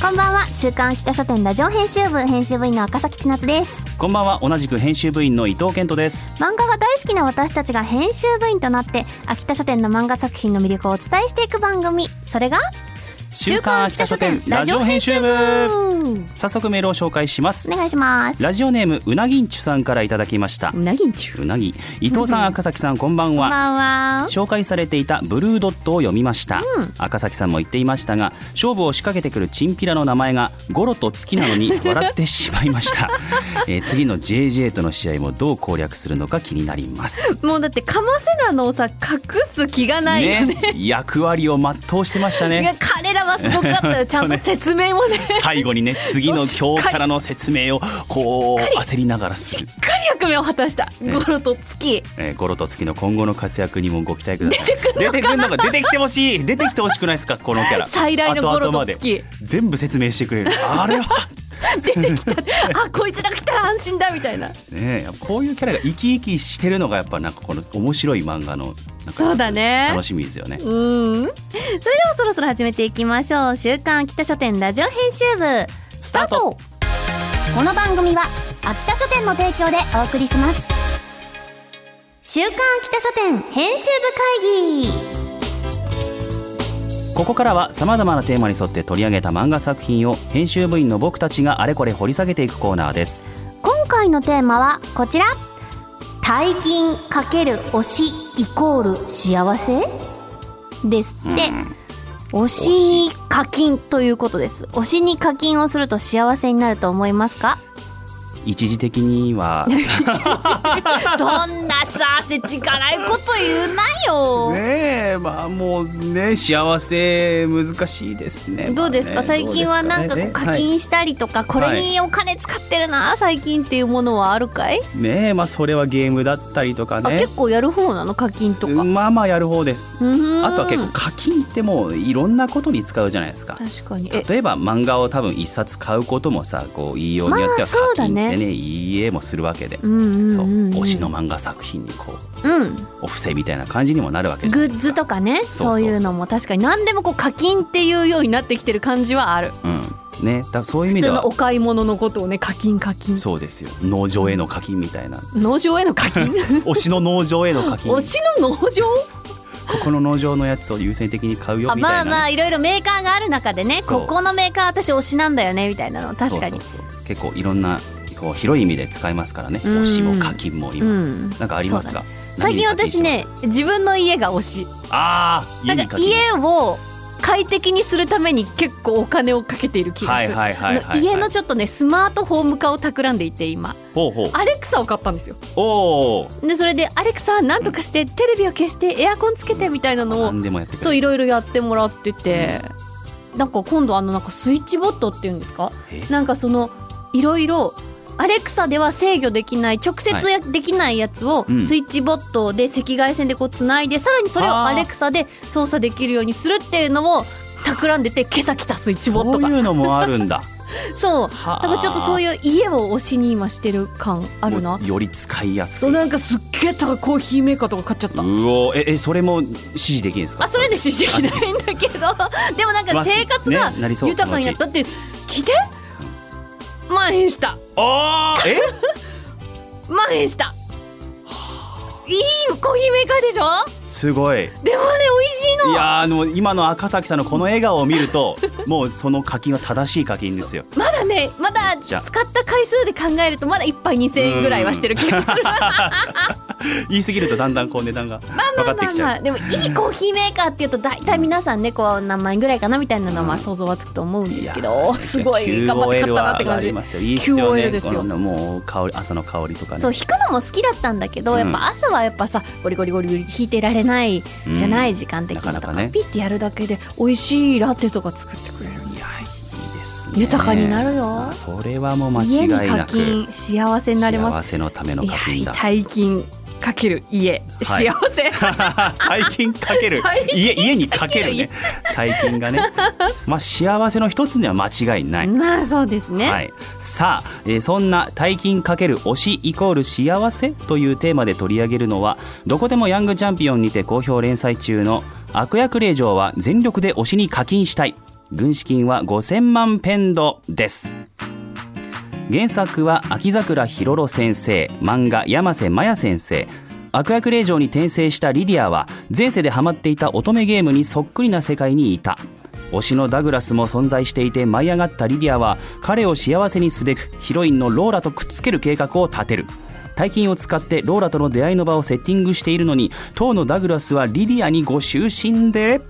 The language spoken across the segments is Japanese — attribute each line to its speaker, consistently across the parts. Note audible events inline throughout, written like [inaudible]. Speaker 1: こんばんは、週刊秋田書店ラジオ編集部編集部員の赤崎千夏です。
Speaker 2: こんばんは同じく編集部員の伊藤健人です
Speaker 1: 漫画が大好きな私たちが編集部員となって秋田書店の漫画作品の魅力をお伝えしていく番組それが
Speaker 2: 週刊秋田書店ラジオ編集部
Speaker 1: うん
Speaker 2: 早速メールを紹介します
Speaker 1: お願いします
Speaker 2: ラジオネームうなぎんちゅさんからいただきました
Speaker 1: うなぎんちゅ
Speaker 2: うなぎ伊藤さん赤崎さんこんばん
Speaker 1: こん
Speaker 2: は
Speaker 1: ばんは
Speaker 2: 紹介されていたブルードットを読みました、赤崎さんも言っていましたが勝負を仕掛けてくるチンピラの名前がゴロと月なのに笑ってしまいました、えー次の JJ との試合もどう攻略するのか気になります
Speaker 3: もうだってかませなのをさ隠す気がないよね
Speaker 2: 役割を全うしてました [laughs]
Speaker 3: いや
Speaker 2: ね
Speaker 3: 彼らはすごか
Speaker 2: [laughs]
Speaker 3: ったよちゃんと説明もね [laughs] しっ
Speaker 2: 最後にね次の今日からの説明をこう焦りながらする
Speaker 3: かり役目を果たしたゴロと月
Speaker 2: えー、ゴロと月の今後の活躍にもご期待ください。出てくるのが出てきてほしい。出てきてほしくないですかこのキャラ。
Speaker 3: 最大のゴロ
Speaker 2: 後々
Speaker 3: と
Speaker 2: まで
Speaker 1: [laughs]
Speaker 3: 月
Speaker 2: 全部説明してくれる。あれは
Speaker 3: あこいつらが来たら安心だみたいな
Speaker 2: ねえ、やっぱこういうキャラが生き生きしてるのがやっぱなんかこの面白い漫画のなん
Speaker 3: そう
Speaker 2: か
Speaker 3: だね
Speaker 2: 楽しみですよね。
Speaker 3: うん
Speaker 1: それではそろそろ始めていきましょう週刊秋田書店ラジオ編集部スタートこの番組は秋田書店の提供でお送りします週刊秋田書店編集部会議
Speaker 2: ここからはさまざまなテーマに沿って取り上げた漫画作品を編集部員の僕たちがあれこれ掘り下げていくコーナーです。
Speaker 1: 今回のテーマはこちら大金×推しイコール幸せですって、推しに課金ということです推しに課金をすると幸せになると思います
Speaker 2: [laughs]
Speaker 1: か
Speaker 2: 一時的
Speaker 3: [laughs]
Speaker 2: にはね
Speaker 3: そんなさせちがらいこと言うなよ
Speaker 2: えまあもうね幸せ難しいですね。
Speaker 1: どうですか最近はなんかこう課金したりとか、これにお金使ってるな最近っていうものはあるかい、
Speaker 2: ねえまあそれはゲームだったりとか
Speaker 1: あ
Speaker 2: ね
Speaker 1: 結構やる方なの課金とか、
Speaker 2: まあまあやる方です
Speaker 1: うん
Speaker 2: あとは結構課金ってもういろんなことに使うじゃないですか
Speaker 1: 確かにえ
Speaker 2: 例えば漫画を多分一冊買うこともさこう言いようによって
Speaker 1: まあ
Speaker 2: は課
Speaker 1: そうだ
Speaker 2: 金っ
Speaker 1: ね
Speaker 2: てね,、いいえもするわけで、
Speaker 1: うんうん
Speaker 2: そう
Speaker 1: うんうん
Speaker 2: 推しの漫画作品にこう
Speaker 1: うん
Speaker 2: お布施みたいな感じにもなるわけじゃ
Speaker 1: グ
Speaker 2: ない
Speaker 1: ッ
Speaker 2: です
Speaker 1: ズとかね
Speaker 2: そうそうそ
Speaker 1: そうういうのも確かに何でもこう課金っていうようになってきてる感じはある
Speaker 2: うんね、だそういう
Speaker 3: 普
Speaker 2: 意味で
Speaker 3: 通の
Speaker 2: は
Speaker 3: お買い物のことをね課金課金
Speaker 2: そうですよ農場への課金みたいな
Speaker 3: 農場への
Speaker 1: [laughs]
Speaker 3: 課金
Speaker 2: 推しの農場への課金
Speaker 3: 推
Speaker 2: こ
Speaker 3: しの農場
Speaker 2: この農場のやつを優先的に買うよ
Speaker 1: あ
Speaker 2: みた
Speaker 1: まあ
Speaker 2: いなね、
Speaker 1: まあいろいろメーカーがある中でね
Speaker 2: そう
Speaker 1: ここのメーカー私推しなんだよねみたいなの確かに
Speaker 2: そうそうそう結構いろんなこう広い意味で使いますからね
Speaker 1: うん
Speaker 2: 推しも課金も今、
Speaker 1: うん
Speaker 2: なんかありますか
Speaker 1: 最近私
Speaker 2: 何に課金し
Speaker 1: ね自分の家が推し
Speaker 2: ますああ
Speaker 1: な
Speaker 2: 家
Speaker 1: ん
Speaker 2: に
Speaker 1: か
Speaker 2: 課金
Speaker 1: 家を
Speaker 3: 快適にするために結構お金をかけている気がする、
Speaker 2: はいはいはいはい、
Speaker 3: あ
Speaker 2: は
Speaker 3: の
Speaker 2: い、
Speaker 3: 家のちょっとねスマートフォーム化を企んでいて今
Speaker 2: ほうほう
Speaker 3: アレクサを買ったんですよ
Speaker 2: おお
Speaker 3: でそれで「アレクサなんとかしてテレビを消してエアコンつけて」みたいなのを
Speaker 2: 何でもやってくれる
Speaker 3: そういろいろやってもらっててなんか今度あのなんかスイッチボットっていうんですか
Speaker 2: え
Speaker 3: なんかそのいろいろアレクサでは制御できない直接やできないやつを
Speaker 2: うん
Speaker 3: スイッチボットで赤外線でこうつないでさらにそれを
Speaker 2: あー
Speaker 3: アレクサで操作できるようにするっていうのを企んでて今朝来たスイッチボッ
Speaker 2: そ
Speaker 3: ト
Speaker 2: う
Speaker 3: が
Speaker 2: いうのもあるんだ
Speaker 3: そう
Speaker 2: は
Speaker 3: なんかちょっとそう
Speaker 2: う
Speaker 3: いう家を推しに今してる感あるな
Speaker 2: より使いやす
Speaker 3: そう
Speaker 2: く
Speaker 3: なんかすっげえ高いコーヒーメーカーとか買っちゃった
Speaker 2: うおええそれも指示できるんですか
Speaker 3: あそれでしできないんだけ
Speaker 2: [laughs]
Speaker 3: どでもなんか生活
Speaker 2: まあ
Speaker 3: が
Speaker 2: ねなりそう
Speaker 3: 豊かになったって聞いて蔓延した
Speaker 2: ああえ
Speaker 3: 蔓延したいいコーヒーメーカーでしょ
Speaker 2: すごい
Speaker 3: でもね
Speaker 2: いやーあの今の赤崎さんのこの笑顔を見ると [laughs] もうその課金は正しい課金ですよ
Speaker 3: まだねまだ
Speaker 2: じ
Speaker 3: 使
Speaker 2: ゃ
Speaker 3: った回数で考えるとまだ1杯2000円ぐらいはしてる気が
Speaker 2: [laughs]
Speaker 3: するまあ
Speaker 2: 言い過ぎるとだんだんこう値段が分か
Speaker 3: まあ
Speaker 2: って
Speaker 3: まあ
Speaker 2: きちゃう
Speaker 3: まあでもいいコーヒーメーカーっていうと大体皆さんねこう何万円ぐらいかなみたいなのはまあ想像はつくと思うんですけどすごい頑張って買
Speaker 2: QOL
Speaker 3: ったなって
Speaker 2: はあ
Speaker 3: 感
Speaker 2: り
Speaker 3: じ
Speaker 2: ますよいいっすよ
Speaker 3: QOL
Speaker 2: ね
Speaker 3: ですよ
Speaker 2: このもう香り朝の香りとかね
Speaker 1: そう引くのも好きだったんだけど、
Speaker 2: うん
Speaker 1: やっぱ朝はやっぱさゴリゴリゴリゴリ引いてられないじゃない時間的にとか,、
Speaker 2: なかなかね
Speaker 1: ピッてやるだけで美味しいラテとか作って
Speaker 3: くれる
Speaker 2: いやいいですです、ね、
Speaker 3: 豊かになるよ
Speaker 2: それはもう間
Speaker 3: 家
Speaker 2: 違
Speaker 3: に
Speaker 2: い
Speaker 3: 課
Speaker 2: なく
Speaker 3: 金幸せになれま
Speaker 2: 幸
Speaker 3: す
Speaker 2: せのための
Speaker 3: い
Speaker 2: 課
Speaker 3: や
Speaker 2: 金だ
Speaker 3: 大金かける家、
Speaker 2: はい
Speaker 3: 幸せ
Speaker 2: [laughs] 大金かけ
Speaker 3: [laughs]
Speaker 2: る
Speaker 3: 大
Speaker 2: 家家にかけ
Speaker 3: [laughs]
Speaker 2: るね大金がねまあ幸せの一つには間違いない、
Speaker 3: [laughs] まあそうですね、
Speaker 2: はい、さあ、えーそんな大金かける推しイコール幸せというテーマで取り上げるのはどこでもヤングチャンピオンにて好評連載中の悪役令嬢は全力で推しに課金したい軍資金は5000万ペンドです原作は秋桜ひろろ先生漫画山瀬まや先生悪役令嬢に転生したリディアは前世でハマっていた乙女ゲームにそっくりな世界にいた推しのダグラスも存在していて舞い上がったリディアは彼を幸せにすべくヒロインのローラとくっつける計画を立てる大金を使ってローラとの出会いの場をセッティングしているのに当のダグラスはリディアにご執心で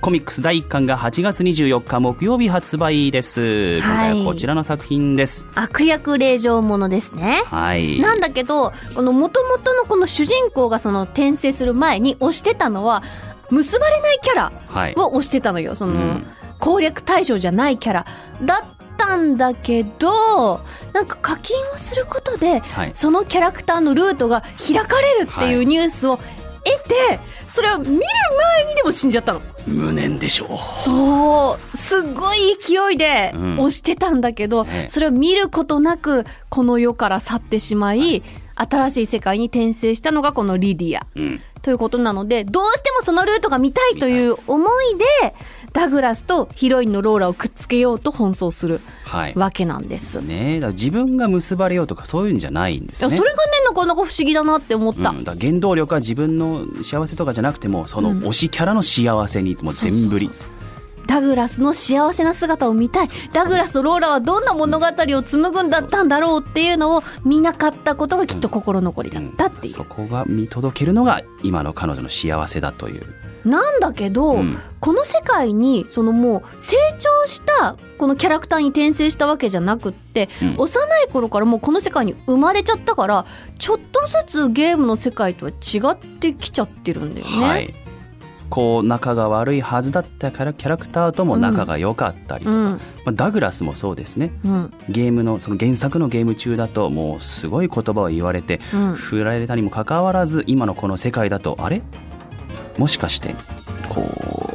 Speaker 2: コミックス第1巻が8月24日木曜日発売です、
Speaker 3: はい
Speaker 2: 今回はこちらの作品です
Speaker 3: 悪役令嬢ものですね
Speaker 2: はい。
Speaker 3: なんだけどこの元々のこの主人公がその転生する前に推してたのは結ばれないキャラ
Speaker 2: はい。
Speaker 3: を推してたのよそうの、
Speaker 2: ん
Speaker 3: 攻略対象じゃないキャラだったんだけどなんか課金をすることで
Speaker 2: はい。
Speaker 3: そのキャラクターのルートが開かれるってい
Speaker 2: は
Speaker 3: う
Speaker 2: い
Speaker 3: ニュースを得て、それを見る前にでも死んじゃったの
Speaker 2: 無念でしょう。
Speaker 3: そうすごい勢いで
Speaker 2: うん
Speaker 3: 押してたんだけど、
Speaker 2: ね
Speaker 3: それを見ることなくこの世から去ってしまい新しい世界に転生したのがこのリディア
Speaker 2: うん。
Speaker 3: ということなのでどうしてもそのルートが見たいという思いでダグラスとヒロインのローラをくっつけようと奔走する
Speaker 2: はい。
Speaker 3: わけなんです。
Speaker 2: ねえ、だから自分が結ばれようとかそういうんじゃないんで
Speaker 3: いや
Speaker 2: す
Speaker 3: それ
Speaker 2: ね。
Speaker 3: がねなかなか不思議だなって思っ
Speaker 2: うん、
Speaker 3: た、
Speaker 2: だから原動力は自分の幸せとかじゃなくてもその推しキャラの幸せにもう全振り
Speaker 3: ダグラスの幸せな姿を見たいダグラスとローラはどんな物語を紡ぐんだったんだろうっていうのを見なかったことがきっと心残りだったって
Speaker 2: うん
Speaker 3: いう
Speaker 2: そ、こが見届けるのが今の彼女の幸せだという、
Speaker 3: なんだけど、
Speaker 2: うん
Speaker 3: この世界にそのもう成長したこのキャラクターに転生したわけじゃなくって、
Speaker 2: うん
Speaker 3: 幼い頃からもうこの世界に生まれちゃったからちょっとずつゲームの世界とは違ってきちゃってるんだよね。
Speaker 2: はいこう仲が悪いはずだったキャラキャラクターとも仲が良かったりと
Speaker 3: う
Speaker 2: か、
Speaker 3: ん
Speaker 2: まあ、ダグラスもそうですね
Speaker 3: うん
Speaker 2: ゲームのその原作のゲーム中だともうすごい言葉を言われて
Speaker 3: うん
Speaker 2: 振られたにもかかわらず今のこの世界だとあれもしかしてこ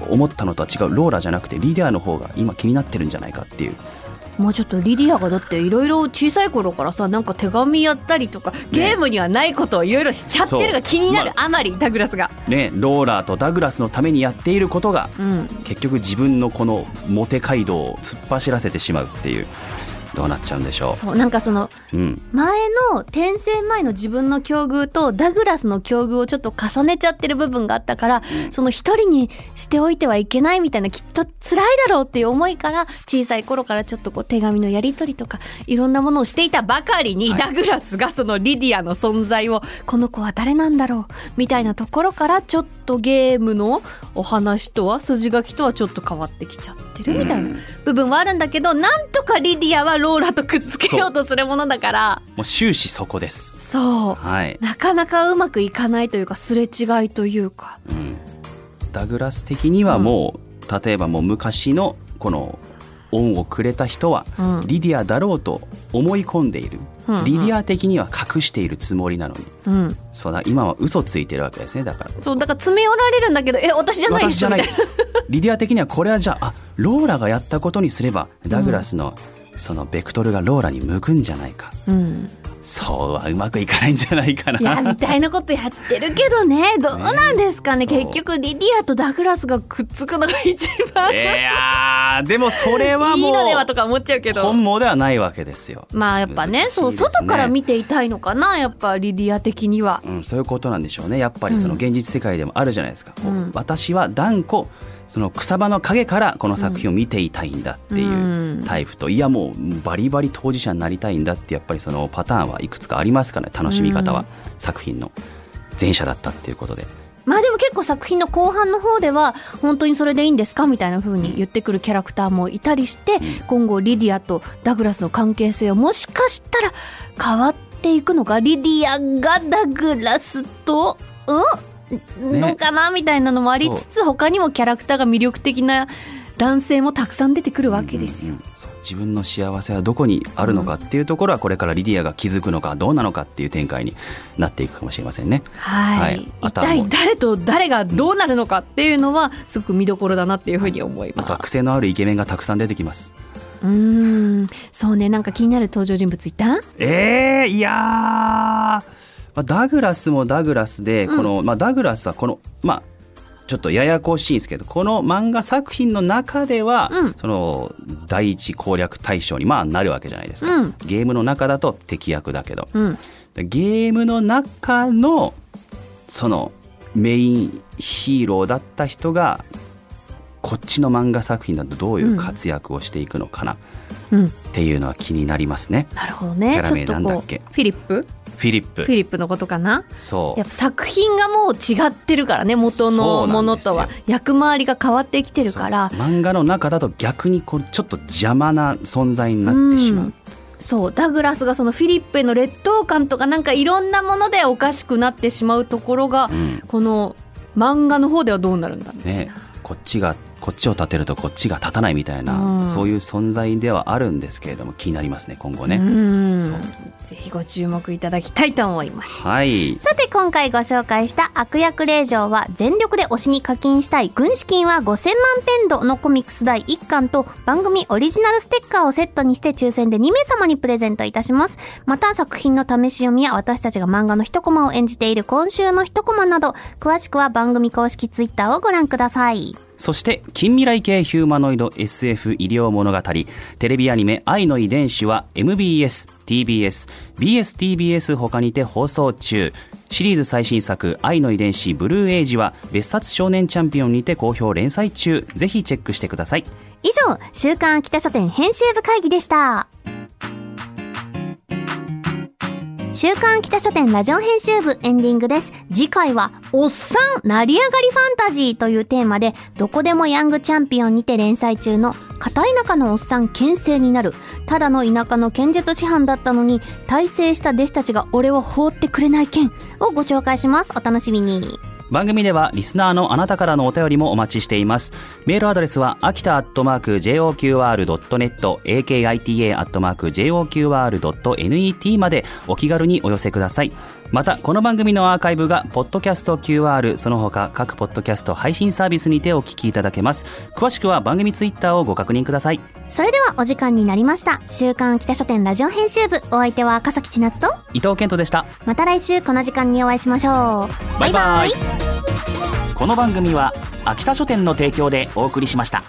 Speaker 2: う思ったのとは違うローラじゃなくてリーダーの方が今気になってるんじゃないかっていう
Speaker 3: もうちょっとリディアがだっていろいろ小さい頃からさなんか手紙やったりとかゲームにはないことをいろいろしちゃってる
Speaker 2: そ
Speaker 3: が
Speaker 2: う
Speaker 3: 気になるあまりダグラスが。
Speaker 2: ねローラとダグラスのためにやっていることが
Speaker 3: うん
Speaker 2: 結局自分のこのモテ街道を突っ走らせてしまうっていうどうなっちゃうんでしょ
Speaker 3: そうなんかその
Speaker 2: う、うん、
Speaker 3: 前の転生前の自分の境遇とダグラスの境遇をちょっと重ねちゃってる部分があったから、その一人にしておいてはいけないみたいなきっと辛いだろうっていう思いから小さい頃からちょっとこう手紙のやり取りとかいろんなものをしていたばかりに、
Speaker 2: はい
Speaker 3: ダグラスがそのリディアの存在をこの子は誰なんだろうみたいなところからちょっとゲームのお話とは筋書きとはちょっと変わってきちゃってるみたいな部分はあるんだけど、なんとかリディアはローラとくっつけようとするものだから。
Speaker 2: もう終始そこです
Speaker 3: そう
Speaker 2: はい、
Speaker 3: なかなかうまくいかないというかすれ違いというか
Speaker 2: うん、ダグラス的にはもう、例えばもう昔のこの恩をくれた人は
Speaker 3: うん
Speaker 2: リディアだろうと思い込んでいる、
Speaker 3: うんうん
Speaker 2: リディア的には隠しているつもりなのに
Speaker 3: うん
Speaker 2: そうだ今は嘘ついてるわけですねだから
Speaker 3: そうだから詰め寄られるんだけどえ私じゃないで
Speaker 2: 私
Speaker 3: す
Speaker 2: じ
Speaker 3: ょ
Speaker 2: ゃ
Speaker 3: み
Speaker 2: な
Speaker 3: た
Speaker 2: い
Speaker 3: いな [laughs]
Speaker 2: リディア的にはこれはじゃああローラがやったことにすればダグラスのそのベクトルがローラに向くんじゃないか、
Speaker 3: うん
Speaker 2: そうはうまくいかないんじゃないか
Speaker 3: いや
Speaker 2: な
Speaker 3: みたいなことやってるけどねどうなんですかね
Speaker 2: ね
Speaker 3: 結局リディアとダグラスがくっつくのが一番
Speaker 2: [laughs] いやーでもそれはいも
Speaker 3: いうのではとか思っちゃうけど
Speaker 2: 本望ではないわけですよ、
Speaker 3: まあやっぱね
Speaker 2: 難しい
Speaker 3: そう
Speaker 2: ですね
Speaker 3: 外から見ていたいのかなやっぱリディア的には
Speaker 2: うん、そういうことなんでしょうねやっぱりその現実世界でもあるじゃないですか、こう
Speaker 3: うん
Speaker 2: 私は断固その草場の陰からこの作品を見ていたいんだってい
Speaker 3: うん
Speaker 2: うタイプと、いやもうバリバリ当事者になりたいんだってやっぱりそのパターンはいくつかありますからね楽しみ方
Speaker 3: う
Speaker 2: は、
Speaker 3: ん
Speaker 2: 作品の前者だったっていうことで
Speaker 3: まあでも結構作品の後半の方では本当にそれでいいんですかみたいな風に言ってくるキャラクターもいたりして、今後リディアとダグラスの関係性はもしかしたら変わっていくのかリディアがダグラスとうん、
Speaker 2: ね
Speaker 3: のかなみたいなのもありつつ他にもキャラクターが魅力的な
Speaker 4: 男性もたくさん出てくるわけです
Speaker 2: う
Speaker 4: よ。
Speaker 2: んうんうんそう自分の幸せはどこにあるのかっていうところはこれからリディアが気づくのかどうなのかっていう展開になっていくかもしれませんね。
Speaker 4: は
Speaker 2: はい
Speaker 4: い、
Speaker 2: あ
Speaker 4: 一
Speaker 2: とはもう
Speaker 4: 体誰と誰がどうなるのかっていうのはすごく見どころだなっていうふうに思い
Speaker 2: あ
Speaker 4: ま
Speaker 2: とは
Speaker 4: す。
Speaker 2: 癖のあるイケメンがたくさん出てきます。
Speaker 4: うーんそうねなんか気になる登場人物いた
Speaker 2: えー、いやー、まあ、ダグラスもダグラスでこの、まあ、ダグラスはこのまあちょっとややこしいんですけどこの漫画作品の中では、
Speaker 4: うん
Speaker 2: その第一攻略対象に、まあ、なるわけじゃないですか、
Speaker 4: うん
Speaker 2: ゲームの中だと敵役だけど
Speaker 4: うん
Speaker 2: ゲームの中のそのメインヒーローだった人がこっちの漫画作品だとどういう活躍をしていくのかなっ
Speaker 4: うん
Speaker 2: ていうのは気になりますね。
Speaker 4: なるほど
Speaker 2: キ
Speaker 4: ね
Speaker 2: ャラ
Speaker 4: ちょ
Speaker 2: 名
Speaker 4: っと
Speaker 2: なんだ
Speaker 4: こ
Speaker 2: っ
Speaker 4: う
Speaker 2: け
Speaker 4: フィリップ
Speaker 2: フィリップ
Speaker 4: フィリップのことかな
Speaker 2: そ
Speaker 4: やっぱ作品がもう違ってるからね元のものと
Speaker 2: そうな
Speaker 4: は
Speaker 2: んで
Speaker 4: 役回りが変わってきて
Speaker 2: う
Speaker 4: るから
Speaker 2: そう漫画の中だと逆にこうちょっと邪魔な存在になってしまう、
Speaker 4: うんそうダグラスがそのフィリップへの劣等感とかなんかいろんなものでおかしくなってしまうところが
Speaker 2: うん
Speaker 4: この漫画の方ではどうなるんだろう
Speaker 2: ね、こっちがこっちを立てるとこっちが立たないみたいな、
Speaker 4: うん
Speaker 2: そういう存在ではあるんですけれども気になりますね今後ね。
Speaker 4: うん
Speaker 2: そう
Speaker 4: ぜひご注目いただきたいと思います
Speaker 2: はい
Speaker 3: さて今回ご紹介した悪役令嬢は全力で推しに課金したい軍資金は5000万ペンドのコミックス第1巻と番組オリジナルステッカーをセットにして抽選で2名様にプレゼントいたします。また作品の試し読みや私たちが漫画の一コマを演じている今週の一コマなど詳しくは番組公式ツイッターをご覧ください。
Speaker 2: そして、近未来系ヒューマノイド SF 医療物語、テレビアニメ愛の遺伝子は MBS、TBS、BSTBS 他にて放送中。シリーズ最新作愛の遺伝子ブルーエイジは別冊少年チャンピオンにて好評連載中。ぜひチェックしてください。
Speaker 3: 以上、週刊秋田書店編集部会議でした。週刊秋田書店ラジオ編集部エンディングです。次回は、おっさん成り上がりファンタジーというテーマで、どこでもヤングチャンピオンにて連載中の、片田舎のおっさん牽制になる。ただの田舎の剣術師範だったのに、大成した弟子たちが俺を放ってくれない剣をご紹介します。お楽しみに。
Speaker 2: 番組ではリスナーのあなたからのお便りもお待ちしていますメールアドレスは秋田アットマーク JOQR.net akita アットマーク JOQR.net までお気軽にお寄せくださいまたこの番組のアーカイブがポッドキャスト QR その他各ポッドキャスト配信サービスにてお聞きいただけます詳しくは番組ツイッターをご確認ください
Speaker 3: それではお時間になりました。週刊秋田書店ラジオ編集部、お相手は赤崎千夏と、
Speaker 2: 伊藤健人でした
Speaker 3: また来週この時間にお会いしましょう。
Speaker 2: バイバイこの番組は秋田書店の提供でお送りしました